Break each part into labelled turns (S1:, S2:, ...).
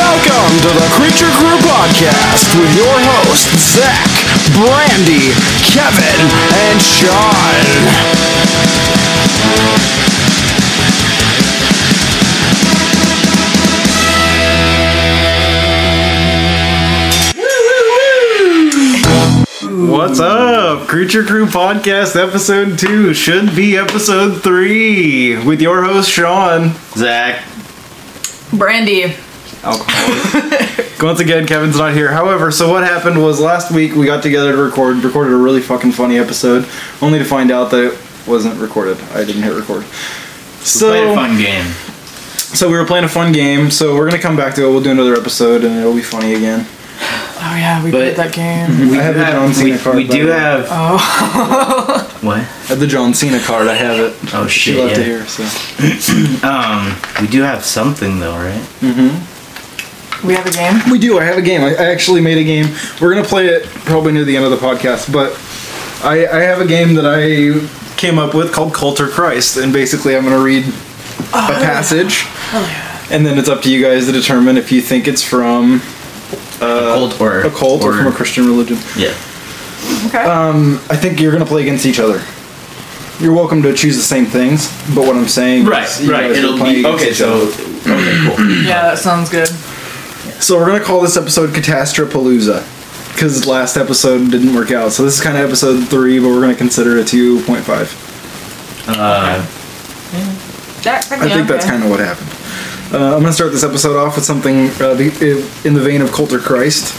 S1: to the Creature Crew podcast with your hosts, Zach, Brandy, Kevin, and Sean.
S2: What's up? Creature Crew Podcast Episode 2 should be Episode 3 with your host Sean. Zach.
S3: Brandy.
S2: Once again, Kevin's not here. However, so what happened was last week we got together to record, recorded a really fucking funny episode, only to find out that it wasn't recorded. I didn't hit record. So,
S4: Play a fun game.
S2: so we were playing a fun game, so we're gonna come back to it. We'll do another episode and it'll be funny again.
S3: Oh yeah, we
S4: But-
S3: played that game.
S2: I have the John Cena
S4: we,
S2: card.
S4: we
S2: by
S4: do
S2: the way.
S4: have. Oh. what?
S2: I have the John Cena card. I have it.
S4: Oh
S2: She
S4: shit!
S2: left
S4: Yeah.
S2: it here, so.
S4: Um, we do have something though, right?
S3: We have a game.
S2: We do. I have a game. I I actually made a game. We're gonna play it probably near the end of the podcast, but I, I have a game that I came up with called Cult or Christ, and basically I'm gonna read a passage, and then it's up to you guys to determine if you think it's from
S4: cult or
S2: Uh, a cult or, from a Christian religion.
S4: yeah.
S3: Okay.
S2: I think you're gonna play against each other. You're welcome to choose the same things, but what I'm saying, is you guys are playing against each other.
S4: okay, cool.
S3: yeah, that sounds good.
S2: So we're gonna call this episode Catastropalooza because last episode didn't work out. So this is kind of episode three, but we're gonna consider it two point five.
S4: Uh,
S3: That,
S2: I think that's kind of what happened. Uh, I'm gonna start this episode off with something uh, the- i- in the vein of Coulter Christ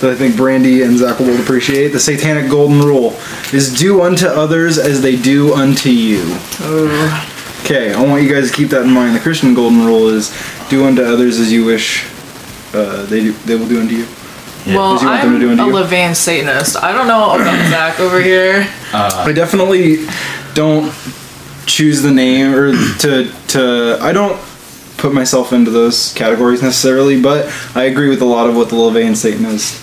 S2: that I think Brandy and Zach will appreciate. The Satanic Golden Rule is do unto others as they do unto you. Okay, I want you guys to keep that in mind. The Christian Golden Rule is do unto others as you wish uh, they do, they will do unto you.
S4: yeah.
S3: Well,
S2: Does he want them
S3: I'm
S2: to do
S3: a
S2: unto you?
S3: Levain Satanist. I don't know about Zach over here.
S2: I definitely don't choose the name or to to I don't put myself into those categories necessarily, but I agree with a lot of what the Levian Satanist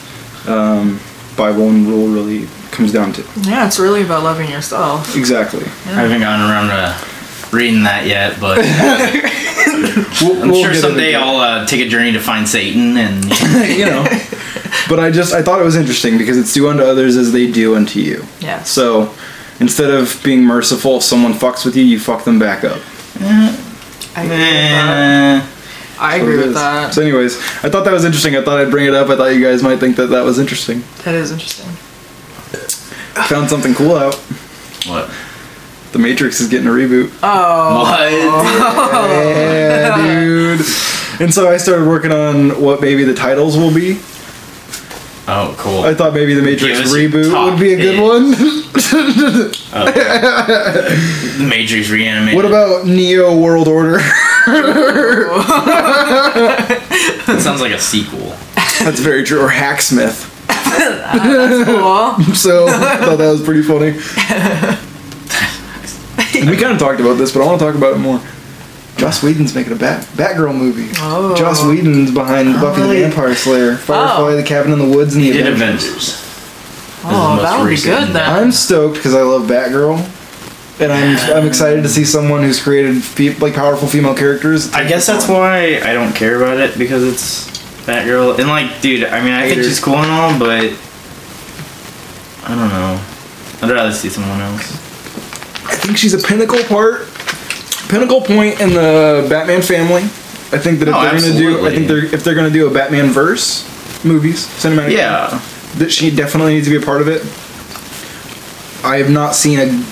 S2: um, Bible and rule really comes down to.
S3: Yeah, it's really about loving yourself.
S2: Exactly.
S4: I haven't gotten around to reading that yet, but
S2: We'll,
S4: I'm
S2: we'll
S4: sure
S2: get
S4: someday
S2: into
S4: I'll uh, take a journey to find Satan and
S2: it, you know. But I just I thought it was interesting because it's do unto others as they do unto you.
S3: Yes.
S2: So instead of being merciful, if someone fucks with you, you fuck them back up.
S3: I agree with that.
S4: Eh,
S3: I
S2: That's what
S3: agree
S2: it
S3: with
S2: is.
S3: that.
S2: So, anyways, I thought that was interesting. I thought I'd bring it up. I thought you guys might think that that was interesting.
S3: That is interesting.
S2: Found something cool out.
S4: what?
S2: The Matrix is getting a reboot.
S3: Oh,
S4: What?
S2: Yeah, dude. And so I started working on what maybe the titles will be.
S4: Oh, cool.
S2: I thought maybe the Matrix
S4: Give us your
S2: reboot
S4: top
S2: would be a good
S4: hit.
S2: one.
S4: the Matrix reanimated.
S2: what about Neo World Order?
S4: That sounds like a sequel.
S2: That's very true. Or Hacksmith.
S3: Cool.
S2: So I thought that was pretty funny. we kind of talked about this, but I want to talk about it more. Joss Whedon's making a Bat Batgirl movie.
S3: Oh.
S2: Joss Whedon's behind Buffy the Vampire Slayer, Firefly,
S3: Oh.
S2: The Cabin in the Woods, and The
S4: Did
S2: Avengers.
S4: Avengers.
S3: Oh,
S4: most
S3: that would be
S4: recent.
S3: good then.
S2: I'm stoked because I love Batgirl, and I'm I'm excited to see someone who's created fe- like powerful female characters.
S4: I guess that's why I don't care about it because it's Batgirl. And like, dude, I mean, I think she's cool and all, but I don't know. I'd rather see someone else.
S2: I think she's a pinnacle part, pinnacle point in the Batman family. I think that if
S4: Oh,
S2: they're gonna do, I
S4: absolutely.
S2: think they're if they're gonna do a Batman verse movies cinematic,
S4: Yeah,
S2: that she definitely needs to be a part of it. I have not seen a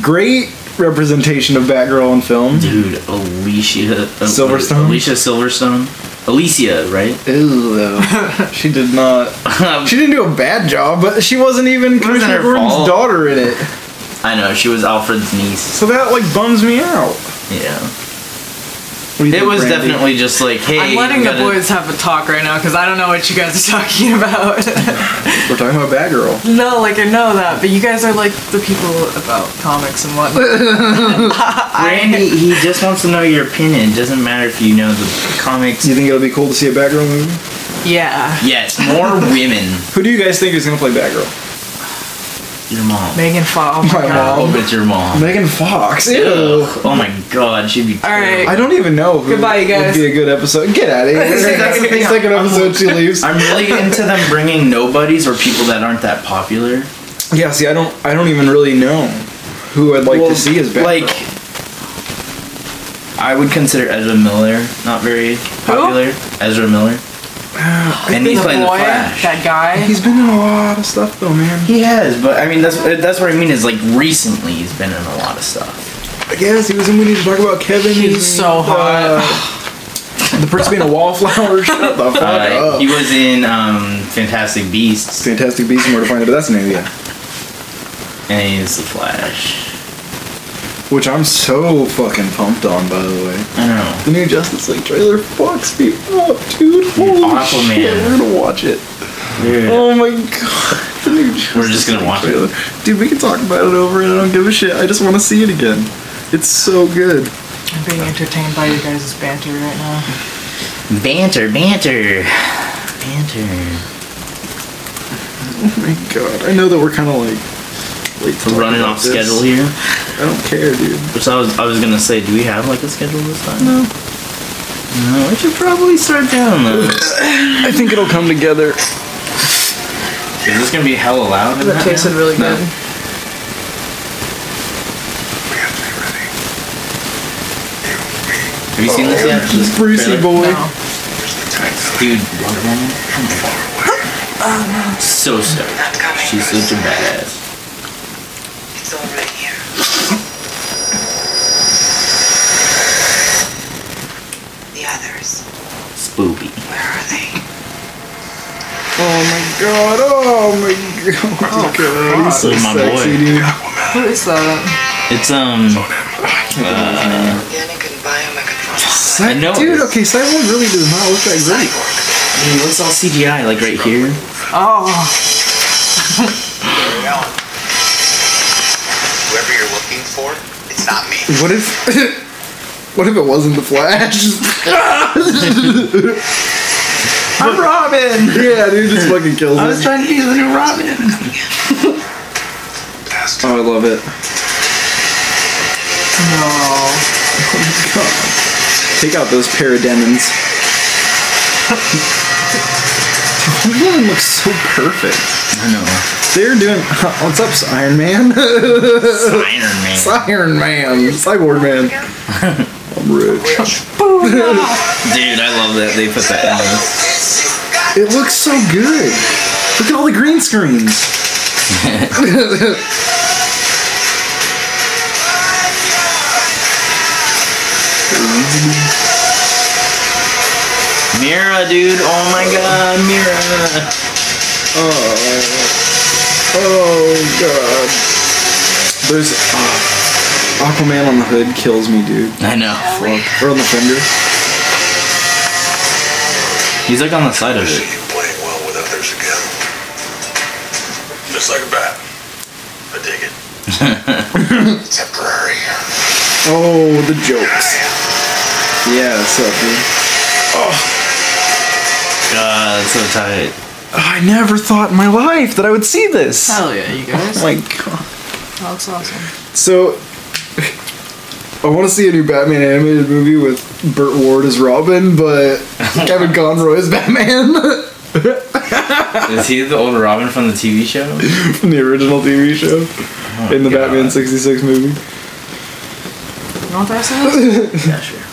S2: great representation of Batgirl in film.
S4: dude, Alicia uh,
S2: Silverstone?
S4: Alicia Silverstone, Alicia, right?
S2: Ew, though. she did not. She didn't do a bad job, but she wasn't even
S4: wasn't
S2: Commissioner
S4: her
S2: Gordon's
S4: fault.
S2: daughter in it.
S4: I know she was Alfred's niece.
S2: So that like bums me out.
S4: Yeah,
S2: What do you
S4: it
S2: think,
S4: was
S2: Brandy?
S4: definitely just like, hey,
S3: I'm letting
S4: you
S3: the
S4: gotta-
S3: boys have a talk right now because I don't know what you guys are talking about.
S2: We're talking about Batgirl.
S3: no, like I know that, but you guys are like the people about comics and whatnot.
S4: Randy, he just wants to know your opinion. It doesn't matter if you know the comics.
S2: You think it'll be cool to see a Batgirl movie?
S3: Yeah.
S4: Yes, more women.
S2: Who do you guys think is gonna play Batgirl?
S4: Your mom.
S3: Megan Fox. Oh my
S2: My
S3: god.
S2: mom.
S4: Hope it's your mom.
S2: Megan Fox.
S4: Ugh.
S2: Ew.
S4: Oh my god, she'd be.
S3: All right.
S2: I don't even know. Who
S3: Goodbye, you guys.
S2: Would be a good episode. Get out of here.
S3: See,
S2: That's the
S3: yeah.
S2: second episode she leaves.
S4: I'm really into them bringing nobodies or people that aren't that popular.
S2: Yeah. See, I don't. I don't even really know who I'd like
S4: Well,
S2: to see as Batgirl.
S4: Like, I would consider Ezra Miller not very popular. Ezra Miller. and he's
S3: the
S4: playing
S3: boy,
S4: the Flash.
S3: that guy.
S2: he's been in a lot of stuff though, man.
S4: he has, but I mean that's that's what I mean is like recently he's been in a lot of stuff.
S2: I guess he was in. We need to talk about Kevin.
S3: He's
S2: in,
S3: so hot.
S2: uh, the person being a wallflower. Shut the fuck
S4: Uh,
S2: up.
S4: he was in um, Fantastic Beasts
S2: Fantastic Beasts and Where to Find It. But that's an idea.
S4: and he's the Flash.
S2: Which I'm so fucking pumped on, by the way.
S4: I don't know.
S2: The new Justice League trailer fucks me up, dude. Holy
S4: Aquaman.
S2: shit, we're gonna watch it. Oh my god, the new Justice
S4: We're just gonna
S2: League
S4: watch it.
S2: trailer. Dude, we can talk about it over and I don't give a shit. I just want to see it again. It's so good.
S3: I'm being entertained by you guys' banter right now.
S4: Banter, banter, banter.
S2: Oh my god, I know that we're kind of like late to
S4: We're
S2: talk
S4: running
S2: about
S4: off
S2: this.
S4: schedule here.
S2: I don't care, dude.
S4: Which I was I was gonna say, do we have like a schedule this time? No. No, we should probably start down though. Is
S2: I think it'll come together.
S4: this gonna be hella loud? in
S3: That
S4: that
S3: tasted
S4: now?
S3: really good.
S4: Have you seen this yet? This
S2: Brucey
S4: trailer?
S2: boy.
S3: No.
S4: Dude, Wonder Woman. So stoked. She's such a badass.
S5: It's all right here. The others,
S4: Spoopy.
S5: where are they?
S2: Oh my god, oh my god. Oh god, he's so
S4: Look at my
S2: sexy,
S4: boy.
S2: dude.
S3: Who is that?
S4: It's um.
S5: Again, I couldn't buy them, I could find them.
S4: I know.
S2: Dude, okay, Cyborg really does not look that great.
S4: He looks all CGI, like right here.
S3: Oh,
S6: Well, whoever you're looking for, it's not me.
S2: What if What if it wasn't the Flash? I'm Robin! Yeah, dude, this fucking kills us.
S4: trying to be the new Robin.
S2: Oh, I love it.
S3: no.
S2: Take out those parademons. Wonder Woman looks so perfect.
S4: I know.
S2: They're doing. What's up, Iron Man?
S4: Iron Man.
S2: Iron Man, Cyborg Man. I'm rich.
S4: Dude, I love that they put that in this.
S2: It looks so good. Look at all the green screens.
S4: Mira, dude. Oh my God, Mira.
S2: Oh god. There's oh, Aquaman on the hood kills me, dude.
S4: I know.
S2: Fuck. Or on the fender.
S4: He's like on the side of it.
S6: You playing well with others again. Just like a bat. I dig it. Temporary.
S2: Oh, the jokes. Yeah, that's up, dude.
S4: God, that's so tight.
S2: I never thought in my life that I would see this. Oh
S3: Hell yeah, you guys.
S2: my god.
S3: That looks awesome.
S2: So, I want to see a new Batman animated movie with Burt Ward as Robin, but Kevin Conroy as Batman
S4: Is he the old Robin from the TV show?
S2: from the original TV show in the
S4: God.
S2: Batman 66 movie.
S3: You know what that says?
S4: yeah, sure.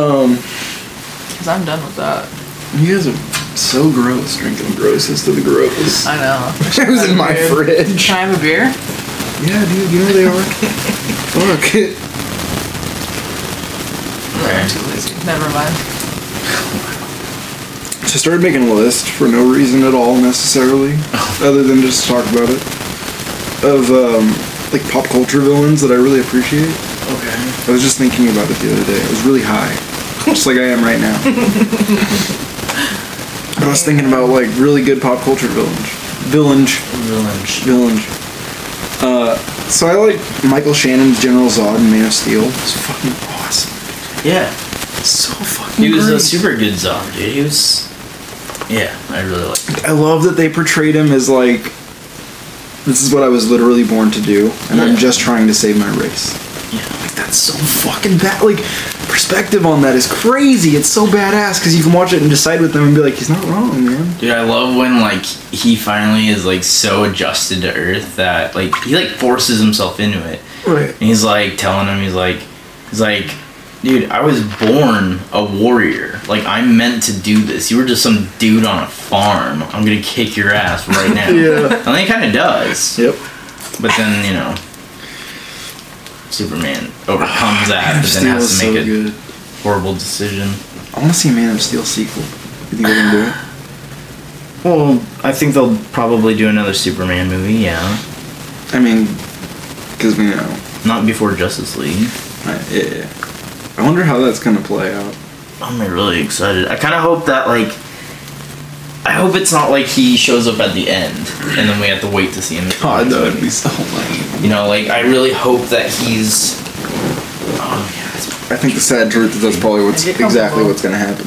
S2: Um,
S3: Because I'm done with that.
S2: you guys are so gross drinking grossest of the gross.
S3: I know.
S2: It was in my
S3: Weird.
S2: fridge.
S3: Can I have a beer?
S2: Yeah, dude, you know they are. Fuck.
S3: No, I'm too lazy. Never mind.
S2: So I started making a list for no reason at all necessarily, other than just to talk about it, of um, like pop culture villains that I really appreciate.
S4: Okay.
S2: I was just thinking about it the other day. It was really high, just like I am right now. But I was thinking about like really good pop culture villains. Villains.
S4: Villain.
S2: Villains. Uh, so I like Michael Shannon's General Zod in Man of Steel. It's fucking awesome.
S4: Yeah.
S2: So fucking
S4: He was a
S2: great.
S4: super good zombie. dude. He was. Yeah, I really like.
S2: I love that they portrayed him as like This is what I was literally born to do, and I'm
S4: Yeah.
S2: just trying to save my race.
S4: Yeah.
S2: Like that's so fucking bad. Like perspective on that is crazy. It's so badass because you can watch it and decide with them and be like, he's not wrong, man.
S4: Dude, I love when like he finally is like so adjusted to Earth that like he like forces himself into it.
S2: Right.
S4: And he's like telling him, he's like, he's like, dude, I was born a warrior. Like I'm meant to do this. You were just some dude on a farm. I'm gonna kick your ass right now.
S2: Yeah.
S4: And then he kind of does.
S2: Yep.
S4: But then you know, Superman overcomes that, but then
S2: Steel is
S4: has to
S2: so
S4: make a
S2: good.
S4: horrible decision.
S2: I want to see a Man of Steel sequel. You think they're gonna do it?
S4: Well, I think they'll probably do another Superman movie. Yeah,
S2: I mean, because we know.
S4: not before Justice League.
S2: I, yeah. I wonder how that's gonna play out.
S4: I'm really excited. I kind of hope that like, I hope it's not like he shows up at the end and then we have to wait to see him.
S2: God, that would be so lame.
S4: You know, like I really hope that he's. Oh yeah, that's-
S2: I think the sad truth is that's probably what's
S3: Is it comfortable?
S2: exactly what's gonna happen.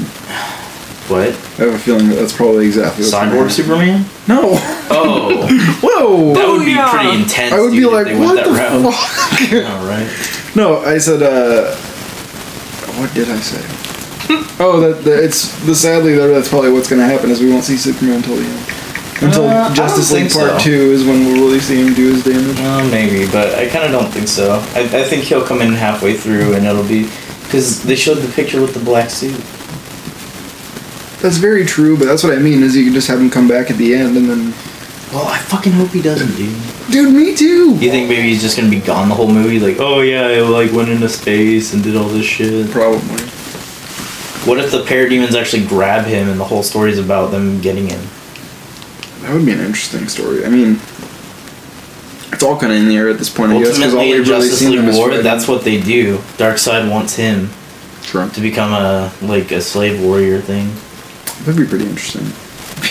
S4: what?
S2: I have a feeling that that's probably exactly what's gonna
S4: Cyborg
S2: happen.
S4: Superman?
S2: No.
S4: Oh,
S2: Whoa.
S4: that would be
S3: yeah.
S4: pretty intense.
S2: I would
S4: dude,
S2: be
S4: if
S2: like,
S4: they went
S2: what the
S4: that route.
S2: fuck?
S4: All right.
S2: No, I said, uh, what did I say? oh, that, that it's the sadly that that's probably what's going to happen is we won't see Superman until the end. Until
S4: Uh, I don't
S2: Justice League
S4: think
S2: Part
S4: so.
S2: Two is when we'll really see him do his damage.
S4: Well, maybe, but I kind of don't think so. I, I think he'll come in halfway through, and it'll be because they showed the picture with the black suit.
S2: That's very true, but that's what I mean is you can just have him come back at the end and then,
S4: Well, I fucking hope he doesn't, dude.
S2: dude, me too.
S4: You think maybe he's just gonna be gone the whole movie? Like, oh yeah, I like went into space and did all this shit.
S2: Probably.
S4: What if the parademons actually grab him and the whole story's about them getting him?
S2: That would be an interesting story. I mean, it's all kind of in the air at this point, I guess, because all
S4: Ultimately,
S2: we've
S4: in
S2: really
S4: Justice
S2: seen him
S4: League
S2: is
S4: War,
S2: fighting.
S4: that's what they do. Darkseid wants him
S2: Trump.
S4: to become a like a slave warrior thing.
S2: That'd be pretty interesting.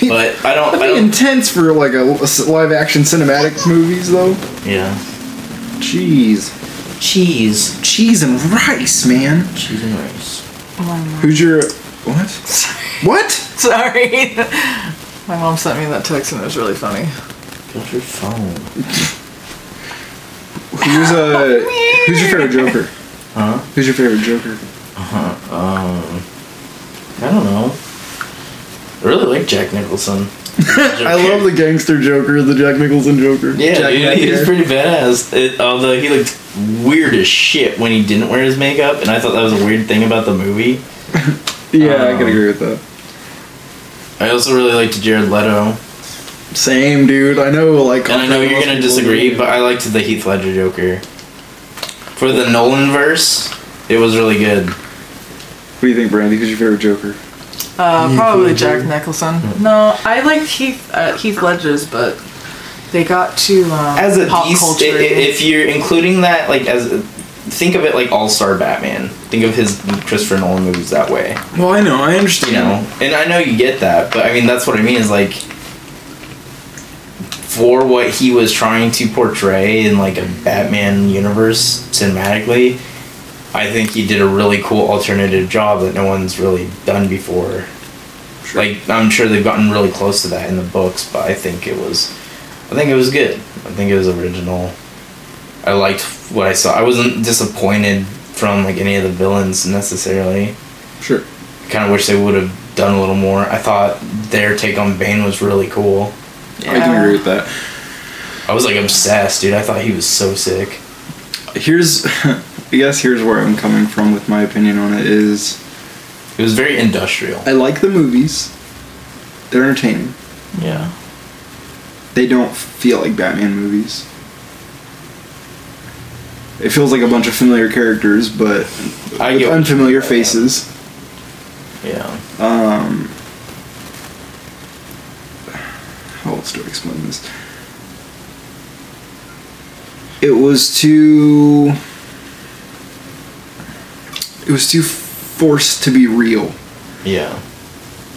S4: But I don't. I
S2: That'd be
S4: don't
S2: intense for like a, live action cinematic movies though.
S4: yeah.
S2: Cheese,
S4: Cheese.
S2: cheese and rice, man.
S4: Cheese and rice.
S2: Who's your what? What?
S3: Sorry. My mom sent me that text and it was really funny.
S4: Get your phone.
S2: Who's uh? Who's your favorite Joker?
S4: Huh?
S2: Who's your favorite Joker?
S4: Um. I don't know. I really like Jack Nicholson.
S2: I love the gangster Joker, the Jack Nicholson Joker.
S4: Yeah,
S2: Jack
S4: dude,
S2: Black
S4: he was
S2: hair.
S4: pretty badass. It, although he looked weird as shit when he didn't wear his makeup, and I thought that was a weird thing about the movie.
S2: yeah, I can
S4: Um,
S2: agree with that.
S4: I also really liked Jared Leto,
S2: Same, dude. I know, like.
S4: and I know you're gonna disagree, but I liked the Heath Ledger Joker. For the Nolan verse, it was really good.
S2: What do you think, Brandy? Who's your favorite Joker?
S3: Uh, probably Jack Nicholson.
S2: Mm.
S3: No, I liked Heath uh, Heath Ledger's, but they got to um,
S4: As a
S3: pop
S4: piece, i-
S3: culture.
S4: i- if you're including that, like as, a- think of it like All Star Batman. Think of his Christopher Nolan movies that way.
S2: Well, I know, I understand.
S4: you know and i know you get that but i mean that's what i mean is like for what he was trying to portray in like a batman universe cinematically i think he did a really cool alternative job that no one's really done before like i'm sure they've gotten really close to that in the books but i think it was i think it was good i think it was original i liked what i saw i wasn't disappointed from like any of the villains necessarily
S2: Sure.
S4: kind of wish they would have done a little more. I thought their take on Bane was really cool.
S2: I can agree with that.
S4: I was like obsessed, dude. I thought he was so sick.
S2: here's i guess here's where i'm coming from with my opinion on it is
S4: It was very industrial.
S2: i like the movies they're entertaining
S4: Yeah.
S2: they don't feel like batman movies it feels like a bunch of familiar characters but
S4: I
S2: with
S4: get what
S2: unfamiliar
S4: you mean by that.
S2: faces
S4: Yeah.
S2: um how else do i explain this it was too it was too forced to be real
S4: Yeah.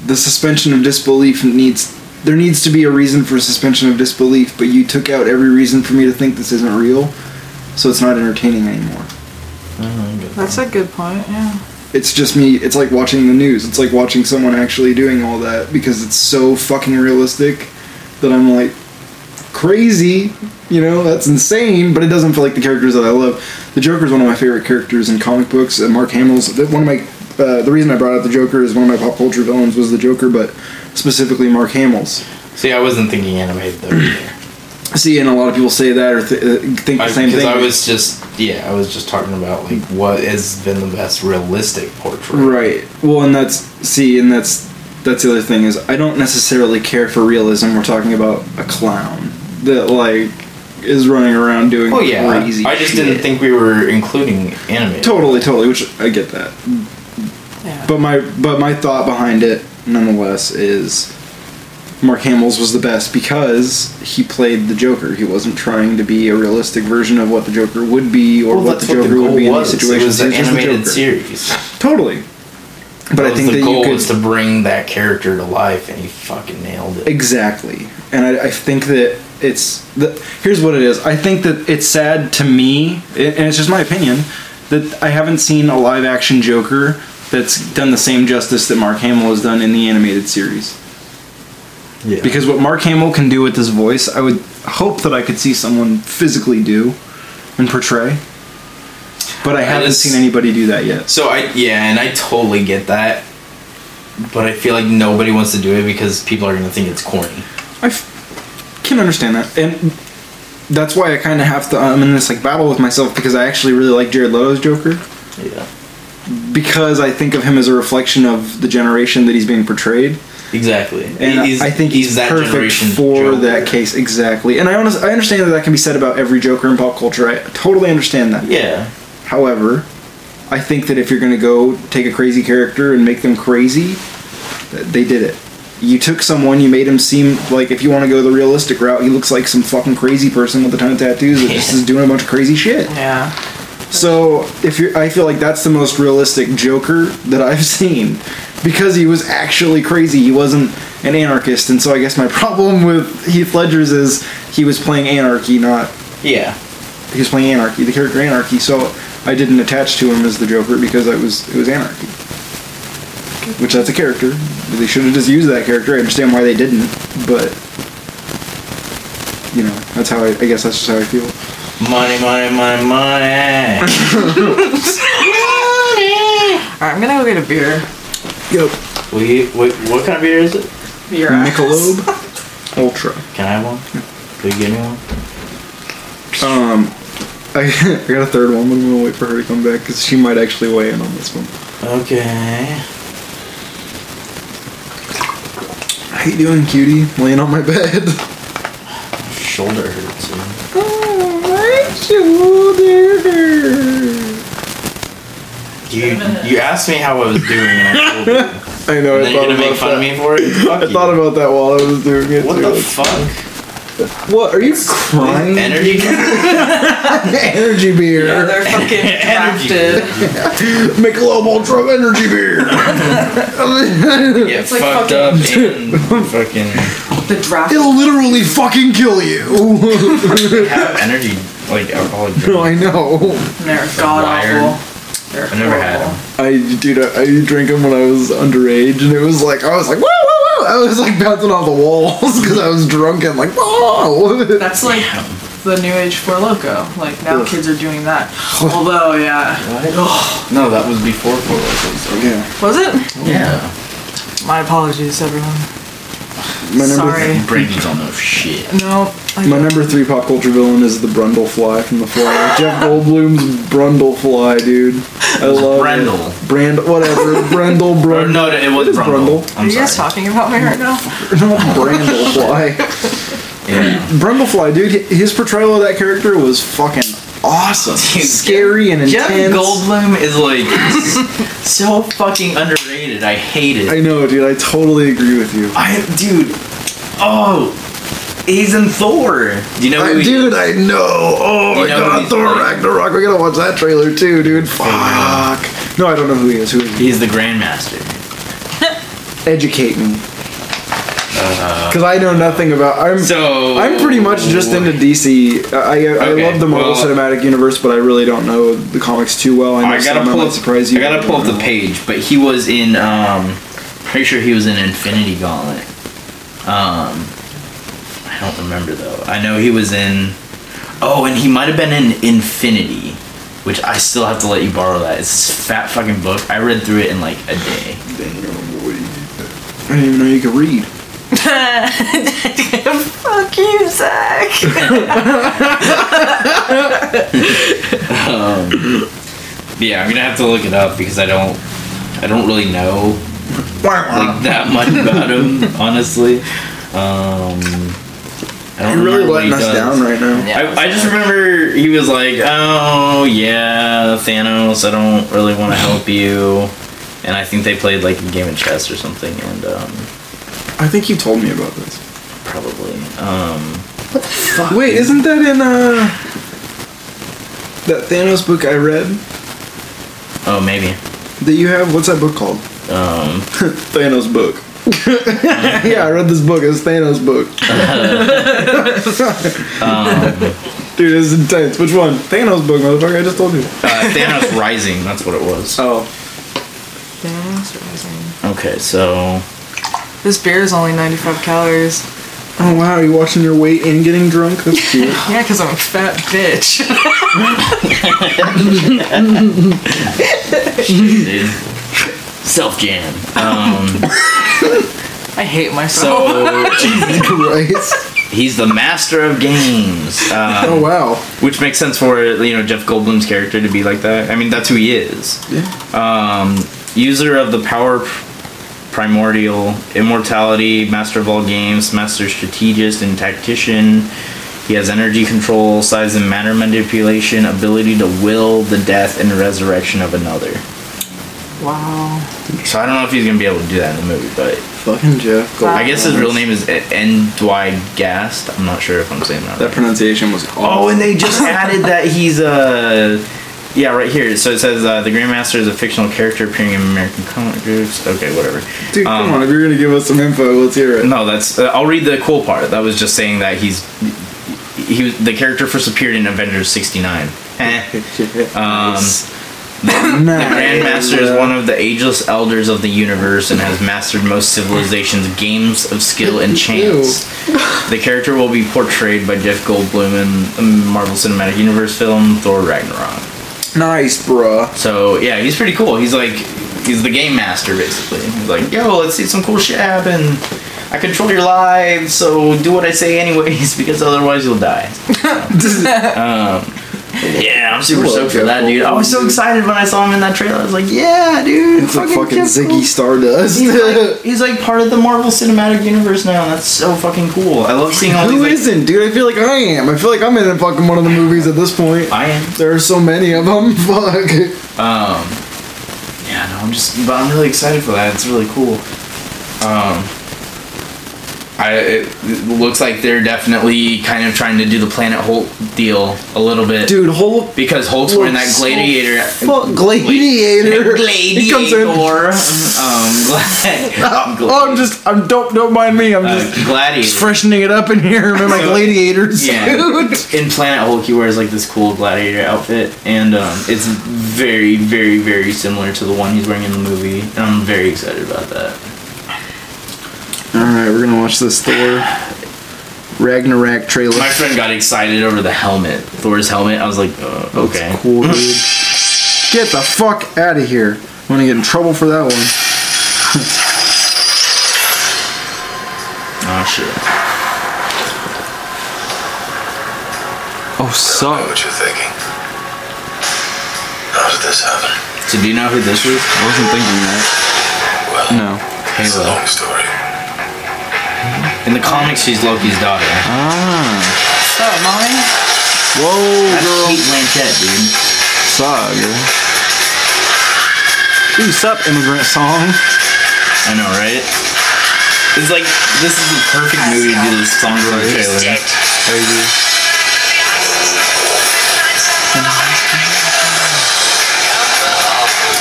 S2: the suspension of disbelief needs there needs to be a reason for suspension of disbelief, but you took out every reason for me to think this isn't real, so it's not entertaining anymore. Mm-hmm.
S3: That's a good point. Yeah.
S2: It's just me. It's like watching the news. It's like watching someone actually doing all that because it's so fucking realistic that I'm like, crazy. You know, that's insane, but it doesn't feel like the characters that I love. The Joker is one of my favorite characters in comic books. And Mark Hamill's that one of my. Uh, the reason I brought up the Joker is one of my pop culture villains was the Joker, but specifically Mark Hamill's.
S4: See, I wasn't thinking animated though. either.
S2: See, and a lot of people say that or th- uh, think the
S4: I-
S2: same thing.
S4: I was just yeah, I was just talking about like what has been the best realistic portrait.
S2: Right. Well, and that's see, and that's that's the other thing is I don't necessarily care for realism. We're talking about a clown that like is running around doing
S4: Oh yeah,
S2: crazy.
S4: I just
S2: shit.
S4: didn't think we were including animated.
S2: totally, totally. Which I get that,
S3: Yeah.
S2: but my but my thought behind it nonetheless is Mark Hamill's was the best because he played the Joker. He wasn't trying to be a realistic version of what the Joker would be or
S4: Well,
S2: what the
S4: that's what
S2: Joker would
S4: goal
S2: be in
S4: was.
S2: these situations.
S4: It was an
S2: He was just the
S4: animated
S2: Joker.
S4: series.
S2: Totally. But
S4: That
S2: I
S4: was
S2: think
S4: the
S2: that
S4: goal
S2: you could
S4: was to bring that character to life, and he fucking nailed it.
S2: Exactly, and I, I think that it's the, here's what it is. I think that it's sad to me, a- and it's just my opinion, that I haven't seen a live action Joker that's done the same justice that Mark Hamill has done in the animated series.
S4: Yeah.
S2: Because what Mark Hamill can do with his voice, I would hope that I could see someone physically do and portray. But I haven't
S4: just-
S2: seen anybody do that yet.
S4: So I yeah, and I totally get that, but I feel like nobody wants to do it because people are gonna think it's corny.
S2: I f- can understand that, and that's why I kind of have to. I'm in this like battle with myself because I actually really like Jared Leto's Joker
S4: Yeah.
S2: because I think of him as a reflection of the generation that he's being portrayed,
S4: Exactly.
S2: and I think he's, perfect for that
S4: Joker.
S2: case exactly. And I honest, I understand that that can be said about every Joker in pop culture. I totally understand that.
S4: Yeah.
S2: However, I think that if you're going to go take a crazy character and make them crazy, th- they did it. You took someone, you made him seem like if you want to go the realistic route, he looks like some fucking crazy person with a ton of tattoos that just
S4: Yeah.
S2: is doing a bunch of crazy shit.
S3: Yeah.
S2: So if you're, I feel like that's the most realistic Joker that I've seen because he was actually crazy. He wasn't an anarchist, and so I guess my problem with Heath Ledger's is he was playing anarchy, not
S4: Yeah.
S2: he was playing Anarchy, the character Anarchy. So I didn't attach to him as the Joker because I was it was Anarchy, which that's a character. They should have just used that character. I understand why they didn't, but you know that's how I, I guess that's just how I feel.
S4: Money, money, money, money.
S3: Alright, I'm gonna go get a beer.
S2: Yep.
S4: we, wait, what kind of beer is it?
S3: Beer.
S2: Michelob Ultra.
S4: Can I have one? Could you give me one?
S2: Um, I, I got a third one, but I'm gonna wait for her to come back because she might actually weigh in on this one.
S4: Okay.
S2: How you doing, cutie? Laying on my bed.
S4: Shoulder hurts. yeah.
S2: Oh, my shoulder.
S4: You you asked me how I was doing, and I told you. And
S2: I know. I
S4: then you're
S2: thought
S4: gonna make
S2: about
S4: fun
S2: that.
S4: of me for it. Fuck
S2: I
S4: you.
S2: thought about that while I was doing it.
S4: What
S2: too.
S4: the fuck?
S2: what? Are you crying?
S4: Energy.
S2: energy beer.
S3: Yeah, they're fucking drafted.
S2: Michelob Ultra energy beer.
S4: Yeah,
S3: like
S4: fucked
S3: fucking-
S4: up and fucking
S3: The draft.
S2: It'll literally fucking kill you.
S4: have energy like alcoholic
S2: no,
S4: drink.
S2: I know.
S3: They're god awful. They're
S4: I never had
S3: horrible.
S4: them.
S2: I dude, I, I drank them when I was underage, and it was like I was like woo woo woo. I was like bouncing off the walls because I was drunk and like whoa.
S3: That's like the new age for loco. Like now
S2: Ugh.
S3: kids are doing that. Although, yeah.
S4: What? No, that was before Four Locos.
S2: Yeah,
S3: Was it?
S4: Yeah.
S3: My apologies, everyone.
S2: my number
S3: Sorry.
S4: Brandy's on those shit.
S3: No. I
S2: my number three pop culture villain is the Brundlefly from The Fly. Jeff Goldblum's Brundlefly, dude. I love
S4: Brendel.
S2: it. Brand whatever. Brendel,
S4: Or
S2: Brund.
S4: no, it
S2: It is
S4: was Brundle.
S2: Brundle.
S3: Are
S4: I'm
S3: you guys
S4: sorry.
S3: talking about me right now?
S2: No, Brundlefly.
S4: Yeah.
S2: Brundlefly, dude, his portrayal of that character was fucking awesome.
S4: Dude,
S2: Scary and
S4: Jeff
S2: intense.
S4: Goldblum is like s- so fucking underrated. I hate it.
S2: I know, dude. I totally agree with you.
S4: I dude. Oh, he's in Thor. Do you know who
S2: I,
S4: he-
S2: dude, I know. Oh
S4: You
S2: my
S4: know who
S2: god,
S4: he's
S2: Thor
S4: playing?
S2: Ragnarok. We gotta watch that trailer too, dude. Fuck. No, I don't know who he is. Who is he?
S4: He's the Grandmaster.
S2: Educate me. Because I know nothing about. I'm.
S4: Uh, So
S2: I'm pretty much just into DC. I I,
S4: Okay,
S2: I love the Marvel
S4: well-
S2: Cinematic Universe, but I really don't know the comics too well. I, know
S4: I gotta
S2: some
S4: pull
S2: might
S4: up.
S2: Surprise you.
S4: I gotta pull up the
S2: don't know.
S4: page, but he was in. Um, pretty sure he was in Infinity Gauntlet. Um, I I don't remember though. I know he was in. Oh, and he might have been in Infinity, which I still have to let you borrow that. It's this fat fucking book. I read through it in like a
S2: I
S4: day.
S2: didn't even know you could read.
S3: Fuck you, Zach.
S4: Yeah, I'm gonna have to look it up because I don't. I don't really know like that much about him, honestly. Um, I don't
S2: You're really
S4: remember what he
S2: letting us
S4: does.
S2: down right now.
S4: I, I just remember he was like, "Oh yeah, Thanos, I don't really want to help you," and I think they played like a game of chess or something, and um,
S2: I think you told me about this.
S4: probably. Um,
S2: Wait, isn't that in uh that Thanos book I read
S4: oh, maybe.
S2: that you have? What's that book called?
S4: Um,
S2: Thanos book. yeah, I read this book. It's Thanos book.
S4: Um,
S2: Dude, this is intense. Which one? Thanos book, motherfucker. I just told you.
S4: uh, Thanos Rising, that's what it was.
S2: Oh,
S3: Thanks, Rising.
S4: Okay, so
S3: This beer is only 95 calories.
S2: oh wow, you watching your weight and getting drunk? That's cute.
S3: Yeah, because I'm a fat bitch.
S4: self jam. Um,
S3: I hate myself.
S4: so
S2: Christ.
S4: he's the master of games. Uh,
S2: Oh wow.
S4: Which makes sense for you know Jeff Goldblum's character to be like that. I mean, that's who he is.
S2: Yeah.
S4: Um, user of the power primordial, immortality, master of all games, master strategist and tactician. He has energy control, size and matter manipulation, ability to will the death and resurrection of another.
S3: wow.
S4: So I don't know if he's gonna be able to do that in the movie, but
S2: Fucking Jeff. Goldblum.
S4: I guess his real name is Endwide Gast. I'm not sure if I'm saying that.
S2: That
S4: right.
S2: pronunciation was
S4: Oh,
S2: awful.
S4: and they just added that he's Uh, yeah, right here. So it says uh, the Grandmaster is a fictional character appearing in American comic books. Okay, whatever.
S2: Dude, come
S4: Um,
S2: on. If you're gonna give us some info, let's hear it.
S4: No, that's. Uh, I'll read the cool part. That was just saying that he's. He was, the character first appeared in Avengers '69. Eh. Um, The Grandmaster is one of the ageless elders of the universe and has mastered most civilizations' games of skill and chance. The character will be portrayed by Jeff Goldblum in the Marvel Cinematic Universe film Thor Ragnarok.
S2: Nice, bruh.
S4: So yeah, he's pretty cool. He's like he's the game master basically. He's like, yo, let's see some cool shit happen. I control your lives, so do what I say anyways, because otherwise you'll die. um, yeah, I'm super
S2: Cool,
S4: stoked for that,
S2: Jeff
S4: dude. I was so
S2: Goldblum.
S4: excited when I saw him in that trailer. I was like, yeah, dude,
S2: It's like fucking
S4: Jeff
S2: Ziggy
S4: Goldblum.
S2: Stardust.
S4: He's like,
S2: Who
S4: he's like part of the Marvel Cinematic Universe now. That's so fucking cool. I love seeing all these. like-
S2: not dude? I feel like I am. I feel like I'm in fucking one of the movies at this point.
S4: I am.
S2: There are so many of them. Fuck.
S4: Um, yeah, no, I'm just, but I'm really excited for that. It's really cool. Um, I it, it looks like they're definitely kind of trying to do the Planet Hulk deal a little bit,
S2: Dude, whole
S4: Because Hulk's wearing that gladiator.
S2: Fuck, gladiator. He comes
S4: Gladiator.
S2: in.
S4: Um, gla-
S2: Oh, I'm just. I'm don't don't mind me. I'm
S4: uh,
S2: just.
S4: gladiator.
S2: Just freshening it up in here. I'm in my
S4: So-
S2: gladiator
S4: Yeah.
S2: suit.
S4: in Planet Hulk, he wears like this cool gladiator outfit, and um, it's very, very, very similar to the one he's wearing in the movie. And I'm very excited about that.
S2: All right, we're gonna watch this Thor Ragnarok trailer.
S4: My friend got excited over the helmet, Thor's helmet. I was like, uh, okay.
S2: Cool, dude. Get the fuck out of here. I'm gonna get in trouble for that one.
S4: Oh shit.
S2: Oh,
S6: I know
S2: suck.
S6: what you're thinking. How did this happen?
S4: So do you know who this is?
S2: I wasn't thinking that.
S6: Well,
S2: No.
S6: it's a
S4: Halo.
S6: long story.
S4: In the comics, she's Loki's daughter.
S2: Ah.
S3: What's up, mommy?
S2: Whoa,
S4: That's
S2: girl.
S4: Kate Blanchett, dude.
S2: Suck, girl. Ooh, sup, immigrant song.
S4: I know, right? It's like this is the perfect movie to do this song for the trailer.
S2: Crazy.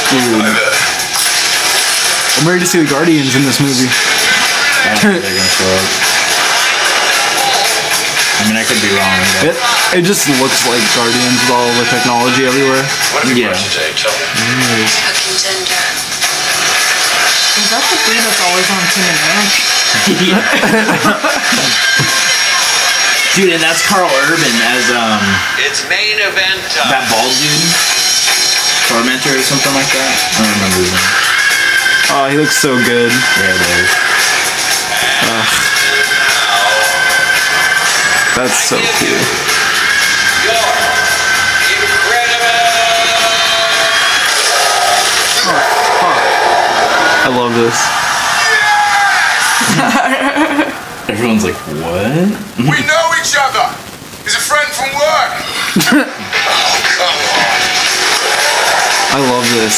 S2: Dude, I'm ready to see the Guardians in this movie.
S4: I don't think they're gonna show up. I mean, I could be wrong,
S2: It,
S4: but
S2: it just looks like Guardians with all the technology everywhere.
S6: What have you
S4: Yeah.
S6: watched today, Chelsea?
S5: Fucking tender.
S3: Is that the dude that's always on Tim and Eric?
S4: Dude, and that's Carl Urban as um
S6: It's main event time.
S4: that bald dude, tormentor or something like that. I don't remember his name.
S2: Oh, he looks so good.
S4: There it is.
S2: That's so cool.
S6: Your incredible
S2: I love this.
S4: Everyone's like, what?
S6: We know each other. He's a friend from work. oh, come on.
S2: I love this.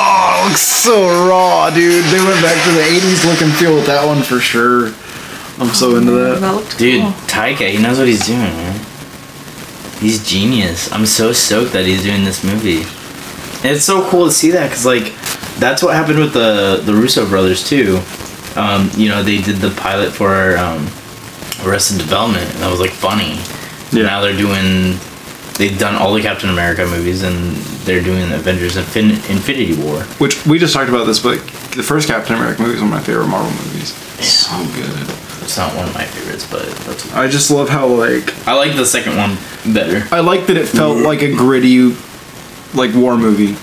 S2: Oh, it looks so raw, dude. They went back to the 80s look and feel with that one for sure. I'm so into that.
S3: That looked
S4: Dude,
S3: cool.
S4: Taika, he knows what he's doing, man. He's genius. I'm so stoked that he's doing this movie. And it's so cool to see that because, like, that's what happened with the the Russo brothers too. Um, you know, they did the pilot for um, Arrested Development, and that was like funny.
S2: Yeah.
S4: Now they're doing. They've done all the Captain America movies, and they're doing Avengers Infin- Infinity War.
S2: Which we just talked about this, but the first Captain America movie is one of my favorite Marvel movies. So good.
S4: It's not one of my favorites, but that's.
S2: I just love how like
S4: I like the second one better.
S2: I like that it felt like a gritty like war movie.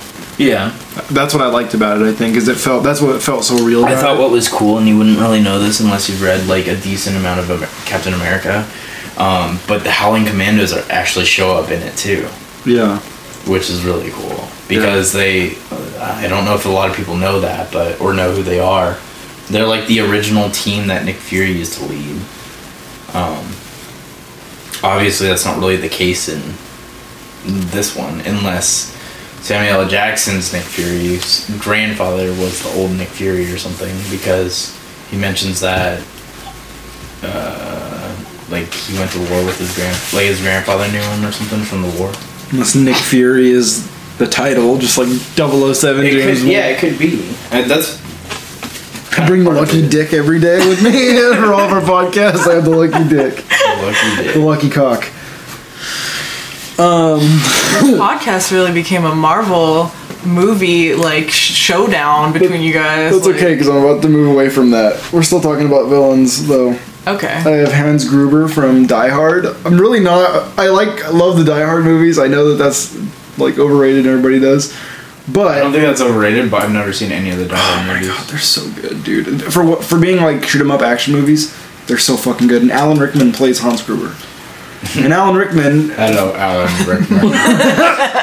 S4: Yeah.
S2: That's what I liked about it. I think is it felt that's what it felt so real.
S4: I
S2: about
S4: thought
S2: it.
S4: what was cool, and you wouldn't really know this unless you've read like a decent amount of Amer- Captain America, um, but the Howling Commandos are actually show up in it too,
S2: yeah.
S4: which is really cool because they, I don't know if a lot of people know that, but or know who they are. They're like the original team that Nick Fury used to lead. Um, obviously, that's not really the case in this one, unless Samuel L. Jackson's Nick Fury's grandfather was the old Nick Fury or something, because he mentions that, uh, like he went to war with his grand, like his grandfather knew him or something from the war.
S2: Unless Nick Fury is the title, just like 007 James Bond.
S4: yeah, it could be. And that's
S2: I bring the lucky dick every day with me for all of our podcasts. I have the lucky dick,
S4: lucky
S2: the lucky cock.
S3: This podcast really became a Marvel movie like sh- showdown between you guys.
S2: That's
S3: like-
S2: okay because I'm about to move away from that. We're still talking about villains though. I
S3: Okay.
S2: have Hans Gruber from Die Hard. I'm really not. I like I love the Die Hard movies. I know that that's like overrated. and Everybody does,
S4: I don't
S2: but.
S4: think that's overrated, but I've never seen any of the
S2: Oh
S4: Dollar
S2: my
S4: movies.
S2: god, they're so good, dude. For what for being like shoot 'em up action movies, they're so fucking good. And Alan Rickman plays Hans Gruber. And Alan Rickman
S4: Hello, Alan Rickman.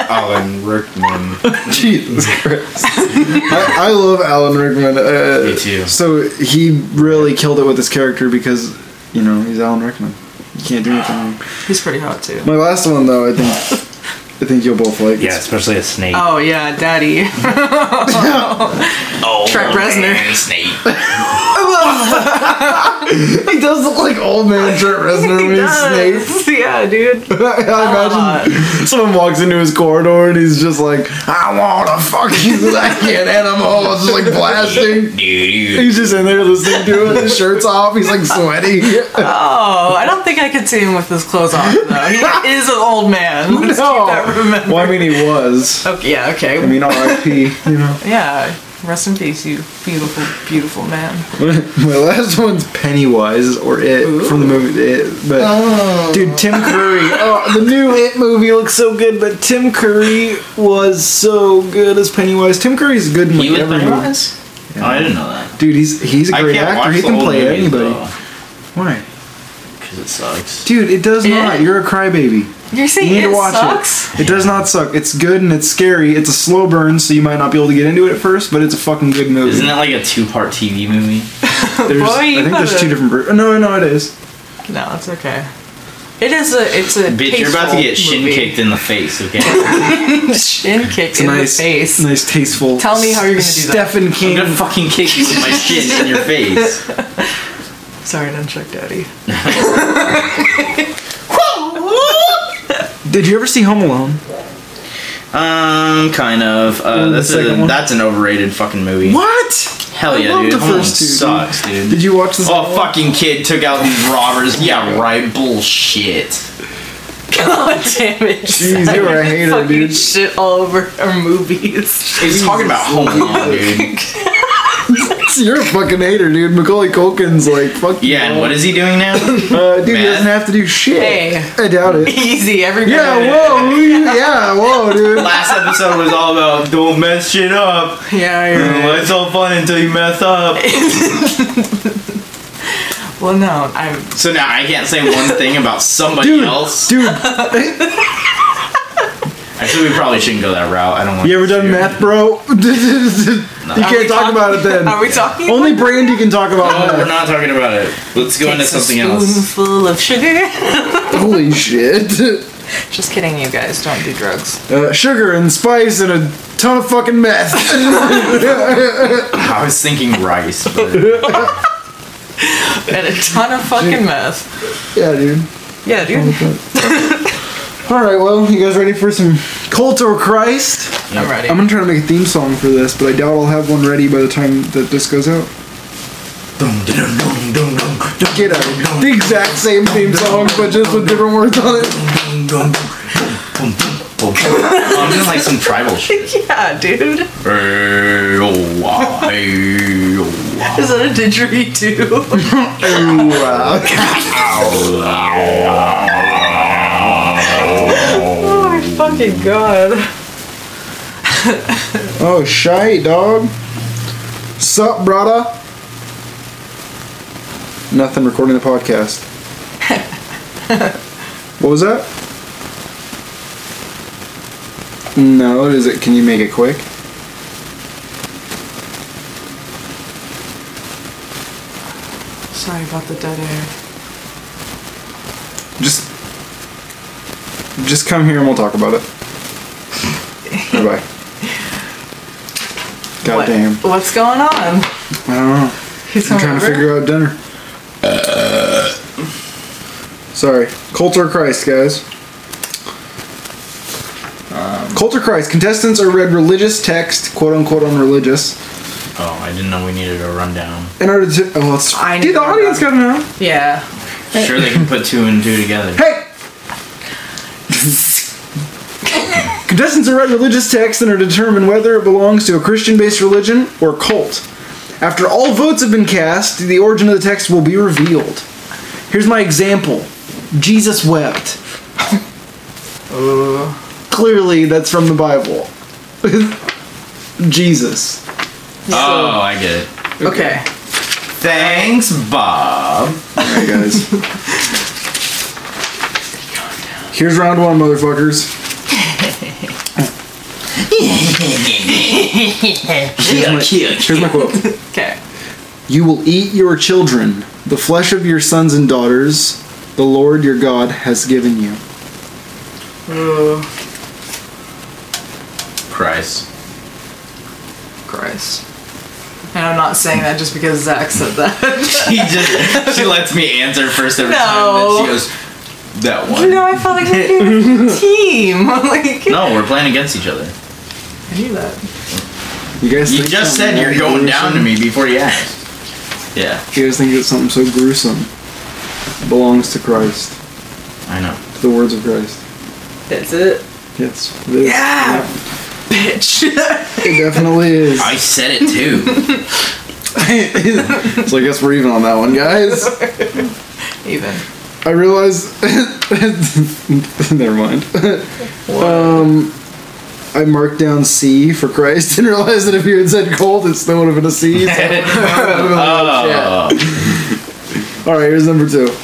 S4: Alan Rickman.
S2: Jesus Christ. I, I love Alan Rickman. Uh,
S4: Me too.
S2: So he really killed it with his character because, you know, he's Alan Rickman. You can't do anything wrong.
S3: He's pretty hot too.
S2: My last one, though, I think I think you'll both like.
S4: Yeah, especially a snake.
S3: Oh yeah, Daddy.
S4: Oh,
S3: Trent Reznor.
S4: man, snake.
S2: He does look like old man Trent Reznor
S3: He
S2: when he's
S3: does.
S2: Snape.
S3: Yeah, dude. Uh,
S2: I imagine someone walks into his corridor and he's just like, I want to fuck you like an animal. It's just like blasting.
S4: Dude.
S2: He's just in there listening to it. His shirt's off. He's like sweaty.
S3: Oh, I don't think I could see him with his clothes on though. He is an old man. Let's
S2: No.
S3: keep that remember.
S2: Well, I mean, he was.
S3: Okay, yeah, okay.
S2: I mean, R.I.P. You know.
S3: yeah. Rest in peace, you beautiful, beautiful man.
S2: My last one's Pennywise or It from the movie It, but dude, Tim Curry. oh, the new It movie looks so good, but Tim Curry was so good as Pennywise. Tim Curry's good in like,
S4: He was
S2: every movie.
S4: Pennywise? Oh, I didn't know that.
S2: Dude, he's he's a
S4: I
S2: great
S4: can't
S2: actor.
S4: watch
S2: He
S4: the
S2: can
S4: old
S2: play
S4: movies,
S2: anybody.
S4: though,
S2: Why?
S4: 'cause it sucks.
S2: Dude, it does not.
S3: It?
S2: You're a crybaby.
S3: You're
S2: You
S3: saying
S2: need
S3: Eh? it
S2: to watch
S3: sucks?
S2: it. It does not suck. It's good and it's scary. It's a slow burn, so you might not be able to get into it at first, but it's a fucking good movie.
S4: Isn't that like a two-part TV movie?
S2: There's,
S3: Boy,
S2: I
S3: you
S2: think there's
S3: gotta-
S2: two different. Ver- no, no, it is.
S3: No, it's okay. It is a. It's a.
S4: Bitch, you're about to get
S3: tasteful
S4: shin
S3: movie.
S4: kicked in the face, okay?
S3: Shin kicked
S2: It's a
S3: in
S2: nice,
S3: the face.
S2: nice, tasteful.
S3: Tell me how you're gonna do that.
S2: Stephen
S4: I'm
S2: King.
S4: gonna fucking kick you with my shin in your face.
S3: Sorry, Nunchuck Daddy.
S2: Did you ever see Home Alone?
S4: Um, kind of. Uh,
S2: And the
S4: that's
S2: second
S4: a,
S2: one?
S4: that's an overrated fucking movie.
S2: What?
S4: Hell yeah,
S2: I loved
S4: dude.
S2: the
S4: Home Alone
S2: first two, dude.
S4: sucks, dude.
S2: Did you watch this?
S4: Oh, fucking kid took out these robbers. Yeah, right. Bullshit.
S3: God damn it.
S2: Jeez, you were a hater,
S3: Fucking
S2: dude.
S3: shit all over our movies.
S4: He's talking about Home Alone, dude.
S2: You're a fucking hater, dude. Macaulay Culkin's like fuck.
S4: Yeah, and what is he doing now?
S2: Uh, dude, he
S4: Matt?
S2: doesn't have to do shit.
S3: Hey.
S2: I doubt it.
S3: Easy, everybody.
S2: Yeah, whoa, who you- yeah, whoa, dude.
S4: Last episode was all about don't mess shit up.
S3: Yeah, you're right.
S4: Well, It's all fun until you mess up.
S3: Well, no, I'm.
S4: So now I can't say one thing about somebody
S2: Dude,
S4: else.
S2: dude,
S4: Actually, we probably shouldn't go that route. I don't want.
S2: you ever
S4: to-
S2: done math, bro? you can't talk about it then.
S3: Are we talking?
S2: Only Brandy can talk
S4: No,
S2: about
S4: we're
S2: math.
S4: not talking about it. Let's go into
S3: Takes a
S4: something else.
S3: Spoonful of sugar.
S2: Holy shit.
S3: Just kidding, you guys. Don't do drugs.
S2: Uh, sugar and spice and a ton of fucking meth.
S4: I was thinking rice, but
S3: And a ton of fucking meth.
S2: yeah, dude.
S3: Yeah, dude.
S2: All right, well, you guys ready for some Cult or Christ?
S3: I'm ready.
S2: I'm gonna try to make a theme song for this, but I doubt I'll have one ready by the time that this goes out. Get out. The exact same theme song, but just with different words on it.
S4: Oh, I'm doing like some tribal shit.
S3: yeah, dude.
S4: Hey, oh, wow. Hey, oh, wow.
S3: Is that a didgeridoo?
S2: Wow.
S3: oh my fucking god.
S2: Oh, shite, dog. Sup, brada? Nothing recording the podcast. what was that? No, is it? Can you make it quick?
S3: Sorry about the dead air.
S2: Just, just come here and we'll talk about it. bye bye. God
S3: What-
S2: damn.
S3: What's going on?
S2: I don't know.
S3: He's
S2: I'm trying to figure out dinner. Uh, Sorry. Cult or Christ, guys. Cult or Christ. Contestants are read religious text, quote unquote unreligious,
S4: Oh, I didn't know we needed a rundown.
S2: in order to. Oh, let's.
S3: I
S2: Dude,
S3: need
S2: the
S3: to
S2: audience gotta know.
S3: Yeah.
S4: Sure, they can put two and two together.
S2: Hey! Contestants are read religious texts and are determined whether it belongs to a Christian based religion or cult. After all votes have been cast, the origin of the text will be revealed. Here's my example Jesus wept. Clearly, that's from the Bible. Jesus.
S4: Oh, I get it.
S3: Okay.
S4: Thanks, Bob.
S2: Alright, guys. Here's round one, motherfuckers.
S4: Kill, kill,
S2: Here's my quote.
S3: Okay.
S2: You will eat your children, the flesh of your sons and daughters, the Lord your God has given you.
S3: Oh,
S4: Christ.
S3: Christ. And I'm not saying that just because Zach said that.
S4: He just she lets me answer first every
S3: No.
S4: time. Then she goes that one.
S3: no, I felt like we were a team. I'm like,
S4: No, we're playing against each other.
S3: I knew that.
S2: You guys
S4: You
S2: think
S4: just
S2: something
S4: said you're
S2: that
S4: going
S2: gruesome?
S4: down to me before you asked. Yeah,
S2: You guys think that something so gruesome belongs to Christ,
S4: I know.
S2: to the words of Christ.
S3: That's it.
S2: Yes, it is.
S3: Yeah. Bitch.
S2: It definitely is.
S4: I said it too.
S2: so I guess we're even on that one, guys.
S3: Even.
S2: I realize. Never mind. um, I marked down C for Christ and realized that if you had said cold, it still would have been a C. so-
S3: Uh.
S4: oh,
S2: All right, here's number two.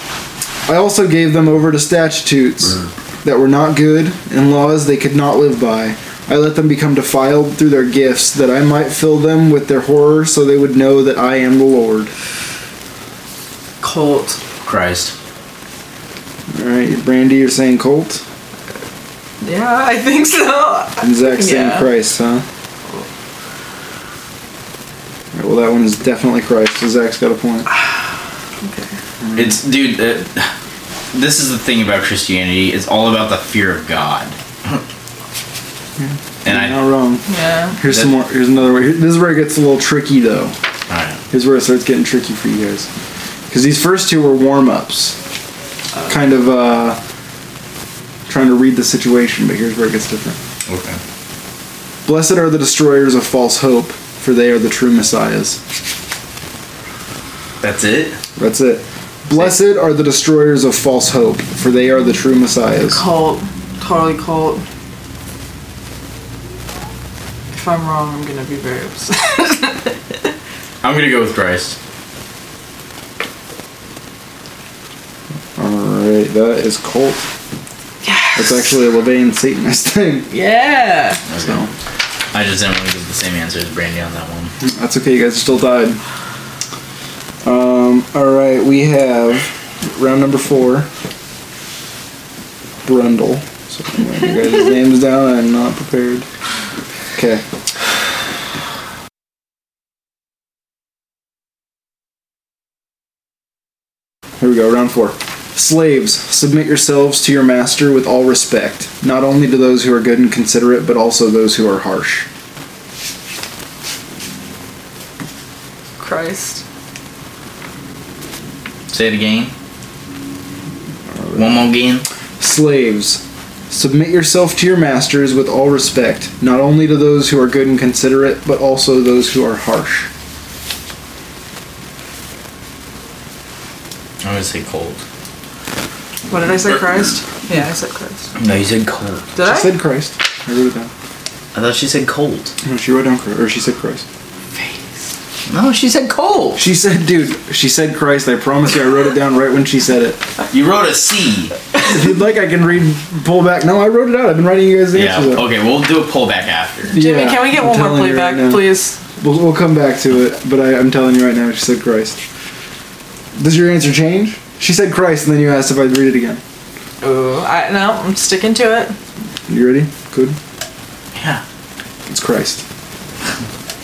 S2: I also gave them over to statutes
S4: Mm.
S2: that were not good and laws they could not live by. I let them become defiled through their gifts, that I might fill them with their horror, so they would know that I am the Lord.
S3: Colt.
S4: Christ.
S2: All right, Brandy, you're saying Colt,
S3: Yeah, I think so.
S2: and Zach saying
S3: Yeah.
S2: Christ, huh? All right, well, that one is definitely Christ. So Zach's got a point.
S4: It's dude. Uh, this is the thing about Christianity. It's all about the fear of God. And
S2: You're
S4: I.
S2: not wrong.
S3: Yeah.
S2: Here's
S4: That-
S2: some more. Here's another one. Here- This is where it gets a little tricky, though.
S4: all right.
S2: is where it starts getting tricky for you guys. Because these first two were warm ups. Kind of uh, trying to read the situation, but here's where it gets different.
S4: Okay.
S2: Blessed are the destroyers of false hope, for they are the true messiahs.
S4: That's it.
S2: That's it. Blessed are the destroyers of false hope, for they are the true messiahs.
S3: Cult. Totally cult. If I'm wrong, I'm gonna be very upset.
S4: I'm gonna go with Christ.
S2: Alright, that is cult. That's actually a Levain Satanist thing.
S3: Yeah!
S2: So
S4: I just didn't want to give the same answer as Brandy on that one.
S2: that's okay, you guys are still tied. Um, alright, we have round number four. Brundle. So anyway, you guys' names down, I'm not prepared. Okay. Here we go, round four. Slaves, submit yourselves to your master with all respect, not only to those who are good and considerate, but also those who are harsh.
S3: Christ.
S4: Say it again. One more game.
S2: Slaves, submit yourself to your masters with all respect, not only to those who are good and considerate, but also those who are harsh.
S4: I'm gonna say cold.
S3: What did I say, Christ? Yeah, I said Christ.
S4: No, you said cold.
S3: Did
S2: She
S3: I?
S2: said Christ. I wrote it down.
S4: I thought she said cold.
S2: No, she wrote down Christ, or she said Christ.
S4: No, she said cold.
S2: She said, dude, she said Christ. I promise you, I wrote it down right when she said it.
S4: You wrote a C.
S2: If you'd like, I can read, pull back. No, I wrote it out. I've been writing you guys the
S4: Yeah.
S2: answers. out.
S4: Okay, we'll do a pullback after.
S3: Jimmy,
S2: Yeah,
S3: can we get
S2: I'm
S3: one more
S2: telling you right
S3: playback,
S2: now.
S3: please?
S2: We'll, we'll come back to it, but I, I'm telling you right now, she said Christ. Does your answer change? She said Christ, and then you asked if I'd read it again.
S3: Oh, I, no, I'm sticking to it.
S2: You ready? Good.
S4: Yeah.
S2: It's Christ.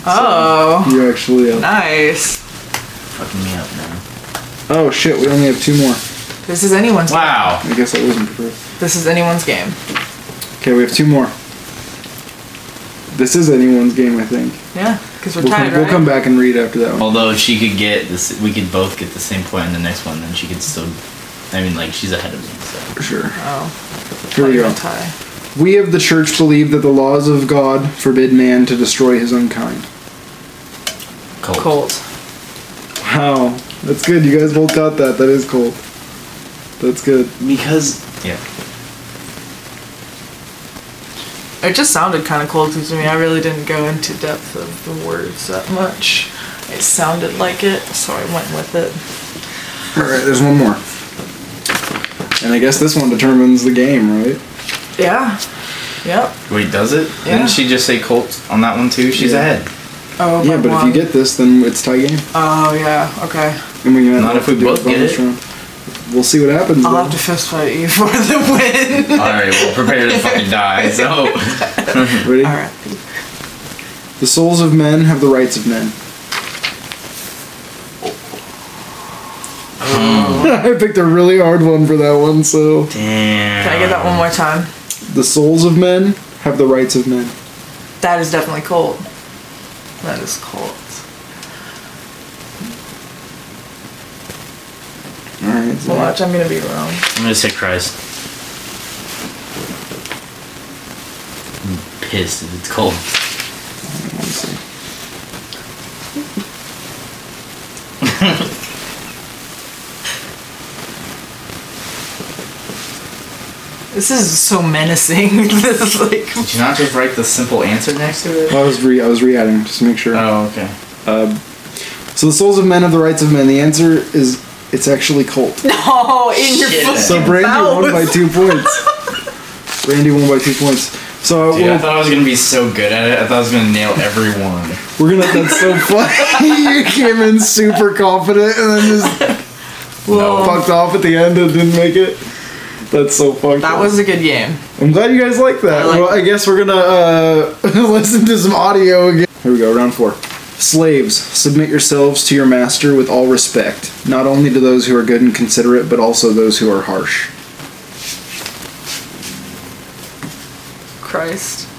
S3: Oh,
S2: You're actually uh, up.
S3: nice.
S4: Fucking me up now.
S2: Oh shit, we only have two more.
S3: This is anyone's.
S4: Wow.
S2: I guess that wasn't prepared.
S3: This is anyone's game.
S2: Okay, we have two more. This is anyone's game, I think.
S3: Yeah, because we're
S2: We'll,
S3: tied,
S2: come, we'll
S3: right?
S2: come back and read after that one.
S4: Although if she could get this, we could both get the same point on the next one. Then she could still. I mean, like she's ahead of me. So
S2: For sure.
S3: Oh,
S2: Here we
S3: we're
S2: go.
S3: Tie.
S2: We of the church believe that the laws of God forbid man to destroy his own kind.
S4: cold.
S3: Colt.
S2: Wow. That's good. You guys both got that. That is cool. That's good.
S4: Because yeah,
S3: It just sounded kind of cold to me. I really didn't go into depth of the words that much. It sounded like it, so I went with it.
S2: Alright, there's one more. And I guess this one determines the game, right?
S3: Yeah. Yep.
S4: wait, does it?
S3: Yeah.
S4: Didn't she just say Colt on that one too? She's
S2: Yeah.
S4: ahead.
S3: Oh,
S2: yeah, but
S3: one.
S2: if you get this, then it's tie game.
S3: Oh yeah. Okay.
S2: And we
S4: Not if we both get it.
S2: We'll see what happens.
S3: I'll
S2: though.
S3: have to fist fight you for the
S4: All
S3: win.
S4: right, well, prepare to fucking die. So
S2: Ready?
S3: All right.
S2: The souls of men have the rights of men. I picked a really hard one for that one, so.
S4: damn.
S3: Can I get that one more time?
S2: The souls of men have the rights of men.
S3: That is definitely cold. That is cold.
S2: Alright, so
S3: Watch, I'm gonna be wrong.
S4: I'm gonna say Christ. I'm pissed if it's cold.
S2: let's see.
S3: This is so menacing. this is like
S4: Did you not just write the simple answer next to it?
S2: I was re I was re adding just to make sure.
S4: Oh, okay.
S2: So the souls of men have the rights of men. The answer is it's actually cult.
S3: oh, in your
S4: Shit.
S3: fucking
S2: So Brandy won by
S3: mouth.
S2: two points. Brandy won by two points. So
S4: Dude, I
S3: Oh.
S2: we'll,
S4: thought I was gonna be so good at it. I thought I was gonna nail every one.
S2: we're gonna. That's so funny. you came in super confident and then just
S3: Well,
S2: fucked off at the end and didn't make it. That's so fucked.
S3: that
S2: up.
S3: was a good game.
S2: I'm glad you guys like that.
S3: I like-
S2: well, I guess we're gonna uh, listen to some audio again. Here we go, round four. Slaves, submit yourselves to your master with all respect, not only to those who are good and considerate, but also those who are harsh.
S3: Christ.